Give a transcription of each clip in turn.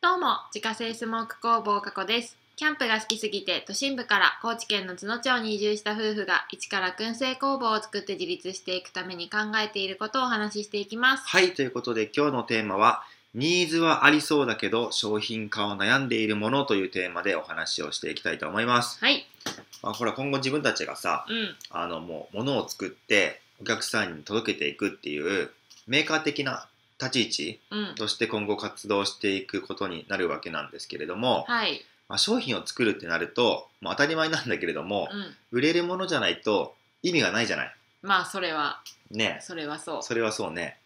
どうも自家製スモーク工房加古ですキャンプが好きすぎて都心部から高知県の津野町に移住した夫婦が一から燻製工房を作って自立していくために考えていることをお話ししていきますはい、ということで今日のテーマはニーズはありそうだけど商品化を悩んでいるものというテーマでお話をしていきたいと思います。はいまあ、ほら今後自分たちがさ、うんあのもう物を作ってお客さんに届けていくっていうメーカー的な立ち位置うんとして今後活動していくことになるわけなんですけれども、はいまあ、商品を作るってなると、まあ、当たり前なんだけれどもう、ん売れるものじゃないと意味がないじゃない。まあそれはねそれはそうそれはそうね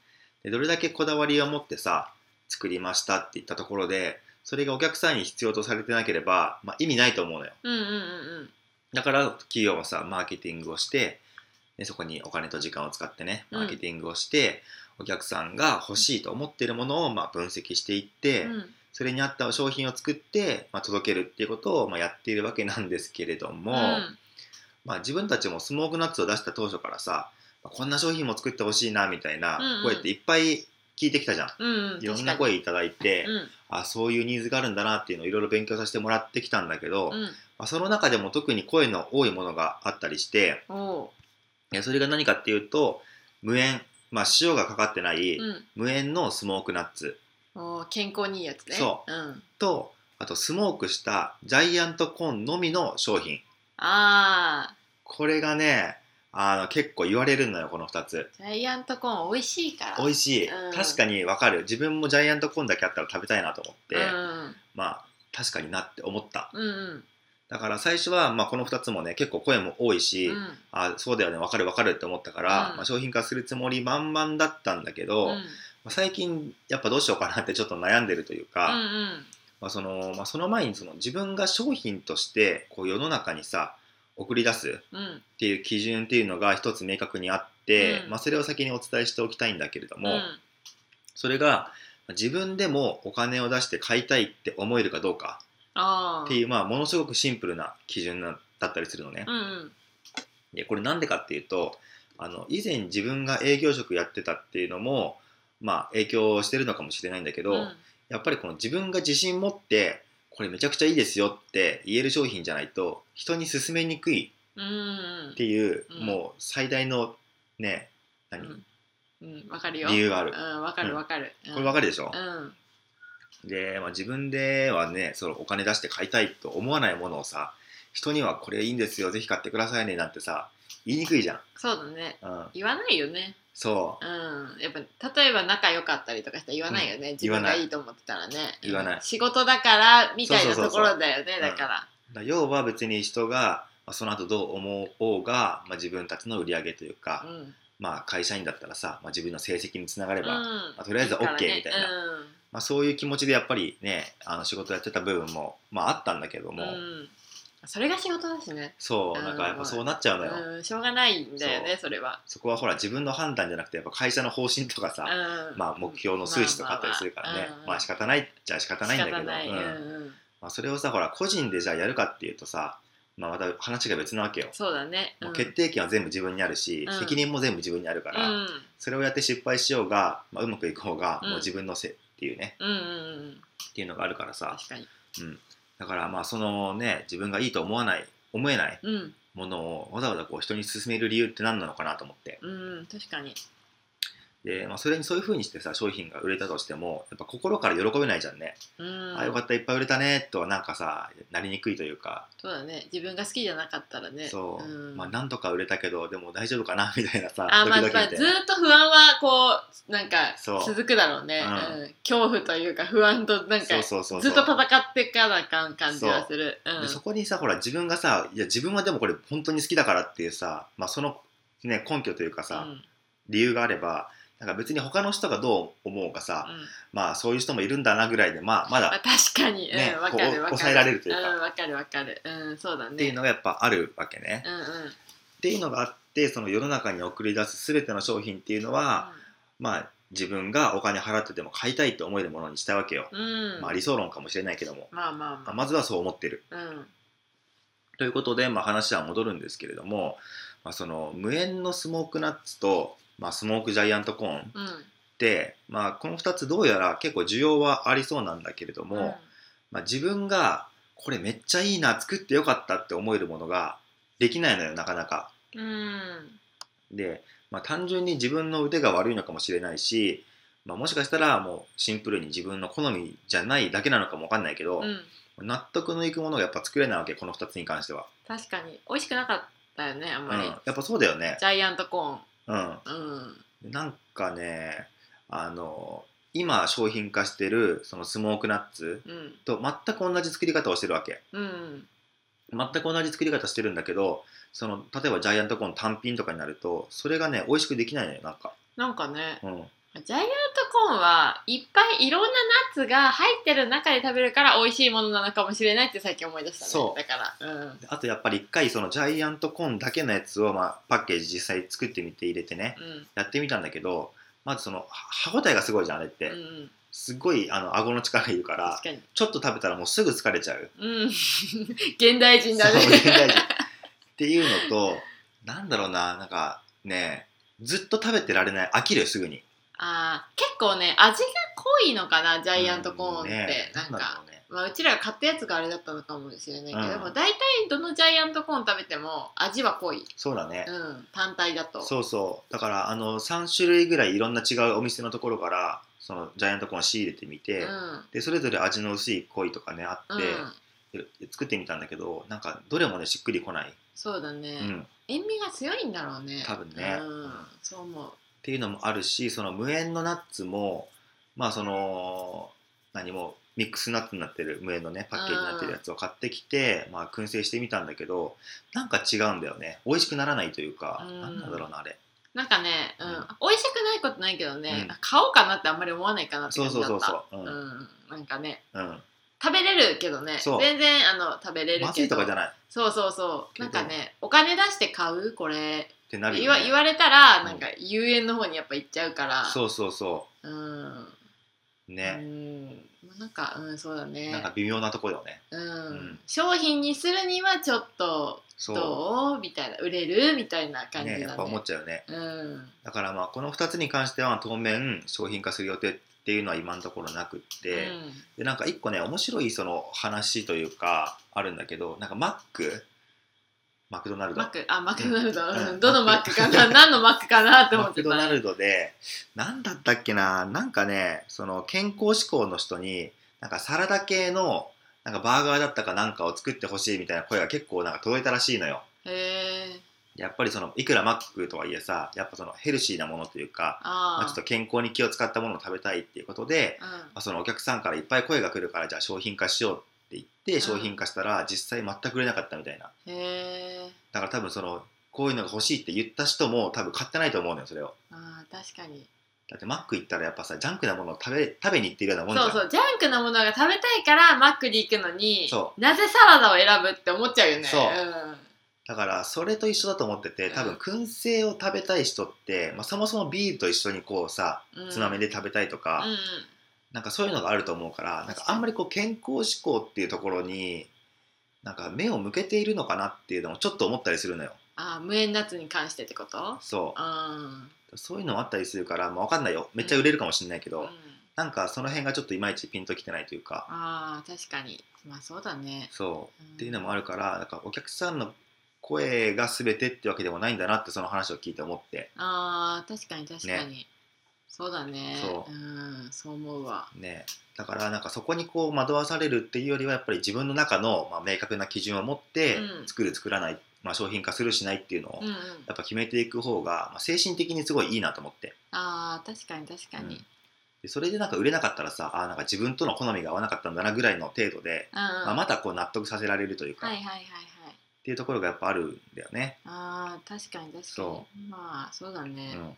でどれだけこだわりを持ってさ作りましたって言ったところでそれがお客さんに必要とされてなければ、まあ、意味ないと思うのようんうんうんだから企業はさマーケティングをしてでそこにお金と時間を使ってねうんマーケティングをして、お客さんが欲しいと思ってるものをまあ分析していって、うんうんそれに合った商品を作って、まあ、届けるっていうことをまあやっているわけなんですけれども、うんまあ、自分たちもスモークナッツを出した当初からさこんな商品も作ってほしいなみたいなうんうん声っていっぱい聞いてきたじゃん、うんうんいろんな確か声いただいて、にうんあそういうニーズがあるんだなっていうのをいろいろ勉強させてもらってきたんだけど、まうんあ、その中でも特に声の多いものがあったりしておうえそれが何かっていうと無塩、まあ、塩がかかってないうん無塩のスモークナッツおう健康にいいやつねそううんとあとスモークしたジャイアントコーンのみの商品あこれがねあの結構言われるのよこの2つージャイアントコーン美味しいから美味しいしい、うん確かにわかる自分もジャイアントコーンだけあったら食べたいなと思って、うんまあ確かになって思ったうんうんだから最初は、まあ、この2つもね結構声も多いし、うんあそうだよねわかるわかるって思ったから、うんまあ、商品化するつもり満々だったんだけうど、まんあ最近やっぱどうしようかなってちょっと悩んでるといううか、んうんまあそのまあ、その前にその自分が商品としてこう世の中にさ送り出すうんっていう基準っていうのが一つ明確にあって、うんまあ、それを先にお伝えしておきたいんだけれども、うんそれが自分でもお金を出して買いたいって思えるかどうかあっーていう、まあ、ものすごくシンプルな基準なだったりするのねう。んうんでこれなんでかっていうとあの以前自分が営業職やってたっていうのも、まあ、影響してるのかもしれないんだけど、うんやっぱりこの自分が自信持ってこれめちゃくちゃいいですよって言える商品じゃないと人に勧めにくいうんうんっていう、うんもう最大のね何、うんうんわかるよ理由がある。うんわかるわかるこれわかるでしょ、うんで、まあ、自分ではねそのお金出して買いたいと思わないものをさ人にはこれいいんですよぜひ買ってくださいねなんてさ言いにくいじゃん、そうだねうん、言わないよねそうんやっぱ例えば仲良かったりとかしたら言わないよね自言わ分ながいいいと思ってたらね言わない仕事だからみたいなそうそとうそこうそうろだよねんだからうだ要は別に人が、まあ、その後どう思おうが、まあ、自分たちの売り上げというか、うんまあ、会社員だったらさ、まあ、自分の成績につながれば、まうんあとりあえず OK だからねみたいなうんあ、そういう気持ちでやっぱりねあの仕事やってた部分も、まあ、あったんだけども、うんそれが仕事だしねそううんなんかやっぱそうなっちゃうのよ、うんしょうがないんだよねそれはそこはほら自分の判断じゃなくてやっぱ会社の方針とかさ、うんまあ、目標の数値とかあったりするからね、まあまあまあうんまあ仕方ないっちゃ仕方ないんだけど、仕方ないうんうんうんまあ、それをさほら個人でじゃあやるかっていうとさ、まあ、また話が別なわけよ、そうだねもううん決定権は全部自分にあるし、うん責任も全部自分にあるから、うんそれをやって失敗しようが、まあ、うまくいく方がうんもう自分のせいっていうね、うんうんうんっていうのがあるからさ確かにだからまあそのね自分がいいと思わない思えないうんものをわざわざこう人に勧める理由って何なのかなと思ってうん確かにで、まあ、それにそういう風にしてさ商品が売れたとしてもやっぱ心から喜べないじゃんね、うんああよかったいっぱい売れたねとはなんかさなりにくいというか、そうだね自分が好きじゃなかったらねそう、んまあなんとか売れたけどでも大丈夫かな みたいなさあまあまあドずキドキーっみたいなと不安はこうなんかそう続くだろうねうんうん恐怖というか不安となんそかうそうそうそずっうと戦っていかなあかん感じはするうでんそこにさほら自分がさいや自分はでもこれ本当に好きだからっていうさ、まあ、その、ね、根拠というかさ、うん理由があればなんか別に他の人がどう思うかさ、うんまあそういう人もいるんだなぐらいでまあまだまあ確かにねうんわかるこわうかる抑えられるというかんわかるわかるうんそうだねっていうのがやっぱあるわけね。うんうんっていうのがあってその世の中に送り出す全ての商品っていうのは、まあ自分がお金払ってでも買いたいと思えるものにしたわけよ。うんまあ理想論かもしれないけども、まあまあままああまずはそう思ってる。うんということで、まあ、話は戻るんですけれども、まあ、その無塩のスモークナッツと、まあ、スモークジャイアントコーンうんって、まあ、この2つどうやら結構需要はありそうなんだけれども、まあ、自分がこれめっちゃいいな作ってよかったって思えるものができないのよなかなか。うん、うんで、まあ、単純に自分の腕が悪いのかもしれないし、まあ、もしかしたらもうシンプルに自分の好みじゃないだけなのかもわかんないけど、うん、納得のいくものがやっぱ作れないわけこの2つに関しては、確かに美味しくなかったよねあんうん、まり、やっぱそうだよねジャイアントコうんーンうんなんかねあの今商品化してるそのスモークナッツうんと全く同じ作り方をしてるわけうん全く同じ作り方してるんだけどその例えばジャイアントコーン単品とかになるとそれがね美味しくできないのよなんか、なんかねうん、ジャイアントコーンはいっぱいいろんなナッツが入ってる中で食べるから美味しいものなのかもしれないって最近思い出したねそうだからうんあとやっぱり一回そのジャイアントコーンだけのやつを、まあ、パッケージ実際作ってみて入れてねうんやってみたんだけどまずそのは歯応えがすごいじゃんあれっうて、んすごいあの顎の力いるから確かにちょっと食べたらもうすぐ疲れちゃううん 現代人だそう現代ね人っていうのとなんだろうななんかねずっと食べてられない飽きるよすぐに あー結構ね味が濃いのかなジャイアントコーンって、うんねなんだかろうねまあ、うちらが買ったやつがあれだったのかもしれないけど、うんでも大体どのジャイアントコーン食べても味は濃い、そうだねう、ん、単体だとそうそうだからあの3種類ぐらいいろんな違うお店のところからそのジャイアントコーン仕入れてみて、うんでそれぞれ味の薄い濃いとかねあうっんて、で作ってみたんだけどなんかどれもねしっくりこない、そうだね、うん、っ塩味が強いんだろうね多分ねううんん、そう思うていうのもあるしその無塩のナッツもまあその何もミックスナッツになってる無塩のねパッケージになってるやつを買ってきて、まあ燻製してみたんだけどなんか違うんだよね美味しくならないといううか、んなんなんだろうなあれなんかね、うんうん美味しくないことないけどね、うん買おうかなってあんまり思わないかなってそ感うじだそうったそうそううん、うん、なんかねうん、食べれるけどねそう全然あの食べれるまずけいとどかじゃないっそうそうそうけなどんかねお金出して買うこれてなる言よ、わね、言われたらうんなんか遊園の方にやっぱ行っちゃうからそうそうそうんううね、んなんかうんそうだねなんか微妙なとこだよねうんうん商品にするにはちょっとそうどうみたいな売れるみたいな感じだねねやっぱ思っちゃうよねうんだからまあこの2つに関しては当面商品化する予定っていうのは今のところなくって、でなんか1個ね面白いその話というかあるんだけどなんかマックマクドナうん、ルドマックあ マクドナルド、うんうんどのマックかな何のマックかなって思マってクたドナルドで何だったっけななんかねその健康志向の人になんかサラダ系のなんかバーガーだったかなんかを作ってほしいみたいな声が結構なんか届いたらしいのよ。へえやっぱりそのいくらマックとはいえさやっぱそのヘルシーなものというか、まああちょっと健康に気を使ったものを食べたいっていうことで、あ、まあそのお客さんからいっぱい声が来るからじゃあ商品化しようって言って商品化したら実際全く売れなかったみたいなうん、へえだから多分そのこういうのが欲しいって言った人も多分買ってないと思うのよそれをあー確かにだってマック行ったらやっぱさジャンクなものを食べ食べに行ってるようなもんじゃそんうそうジャンクなものが食べたいからマックに行くのにそなぜサラダを選ぶって思っちゃうよねそうんだからそれと一緒だと思ってて多分うん燻製を食べたい人って、まあ、そもそもビールと一緒にこうさうんつまみで食べたいとか、うんうんなんかそういうのがあると思うからなんかあんまりこう健康志向っていうところになんか目を向けているのかなっていうのもちょっと思ったりするのよあー無塩ナッツに関してってことそううんそういうのもあったりするから、まあ、分かんないよめっちゃ売れるかもしれないけど、うんなんかその辺がちょっといまいちピンときてないというかあー確かにまあそうだねそううんっていうのもあるからなんかお客さんの声が全てってわけでもないんだなってその話を聞いて思ってあー確かに確かに、そうだねそううん、そう思うわねだからなんかそこにこう惑わされるっていうよりはやっぱり自分の中の、まあ、明確な基準を持ってうん作る作らない、まあ、商品化するしないっていうのをうんうんやっぱ決めていく方が、まあ、精神的にすごいいいなと思ってあー確かに確かに、うんでそれでなんか売れなかったらさあーなんか自分との好みが合わなかったんだなぐらいの程うん度で、うんまあ、またこう納得させられるというか、はいはいはいはいっていうところがやっぱあるんだよね。あー確かに確かにそまあそうだね、ううんんうん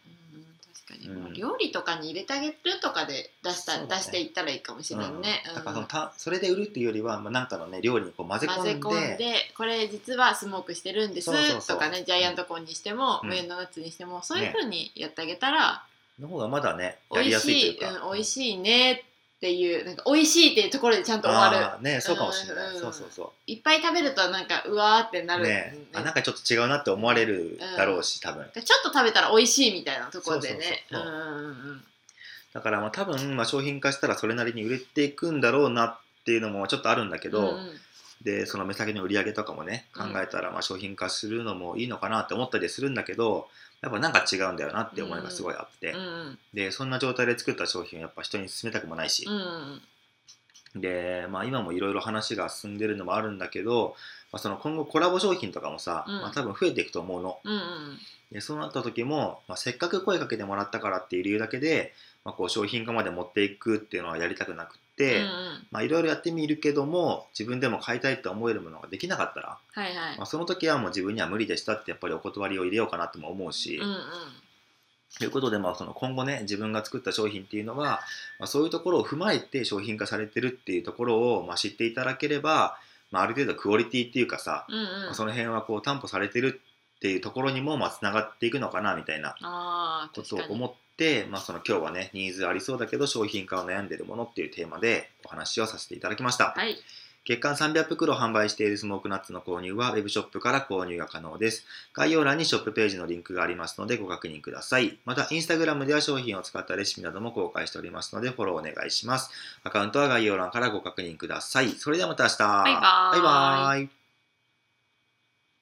確かに、うんまあ料理とかに入れてあげるとかで出した、そう出だねしていったらいいかもしれないね、うんうんだからそのたそれで売るっていうよりは、まあ、なんかのね料理にこう混ぜ込混んぜで込んでこれ実はスモークしてるんですそうそうそうとかねジャイアントコーンにしても、うん無塩のナッツにしてもそういうふうにやってあげたら、の方がまだねや美味りやすいとしいうい、か。うん、美味しいねっていうなんか美味しいっていうところでちゃんと終わるあーねそうかもしれない、うんそうそうそいっぱい食べるとなんかうわーってなうる、ねねあなんかちょっと違うなって思われるだろうし、多分ちょっと食べたら美味しいみたいなところでねそうそうそうそううんうんうんだからまあ多分まあ商品化したらそれなりに売れていくんだろうなっていうのもちょっとあるんだけど、うんうんでその目先の売り上げとかもね考えたらまあ商品化するのもいいのかなって思ったりするんだけどやっぱなんか違うんだよなって思いがすごいあって、うんうんでそんな状態で作った商品をやっぱ人に勧めたくもないしう、んで、まあ、今もいろいろ話が進んでるのもあるんだけど、まあ、その今後コラボ商品とかもさ、うんまあ、多分増えていくと思うのうんうんでそうなった時も、まあ、せっかく声かけてもらったからっていう理由だけで、まあ、こう商品化まで持っていくっていうのはやりたくなくっうて、んうんまあいろいろやってみるけども自分でも買いたいって思えるものができなかったら、はいはいまあ、その時はもう自分には無理でしたってやっぱりお断りを入れようかなとも思うし、うんうんということで、まあ、その今後ね自分が作った商品っていうのは、まあ、そういうところを踏まえて商品化されてるっていうところを、まあ、知っていただければ、まあ、ある程度クオリティっていうかさ、うんうまんあその辺はこう担保されてるっていうところにもまあつながっていくのかなみたいなあーこ確かとをに思って、まあ、その今日はねニーズありそうだけど商品化を悩んでるものっていうテーマでお話をさせていただきました。はい月間300袋販売しているスモークナッツの購入は Web ショップから購入が可能です。概要欄にショップページのリンクがありますのでご確認ください。また、Instagram では商品を使ったレシピなども公開しておりますのでフォローお願いします。アカウントは概要欄からご確認ください。それではまた明日。ババイバーイバイバーイ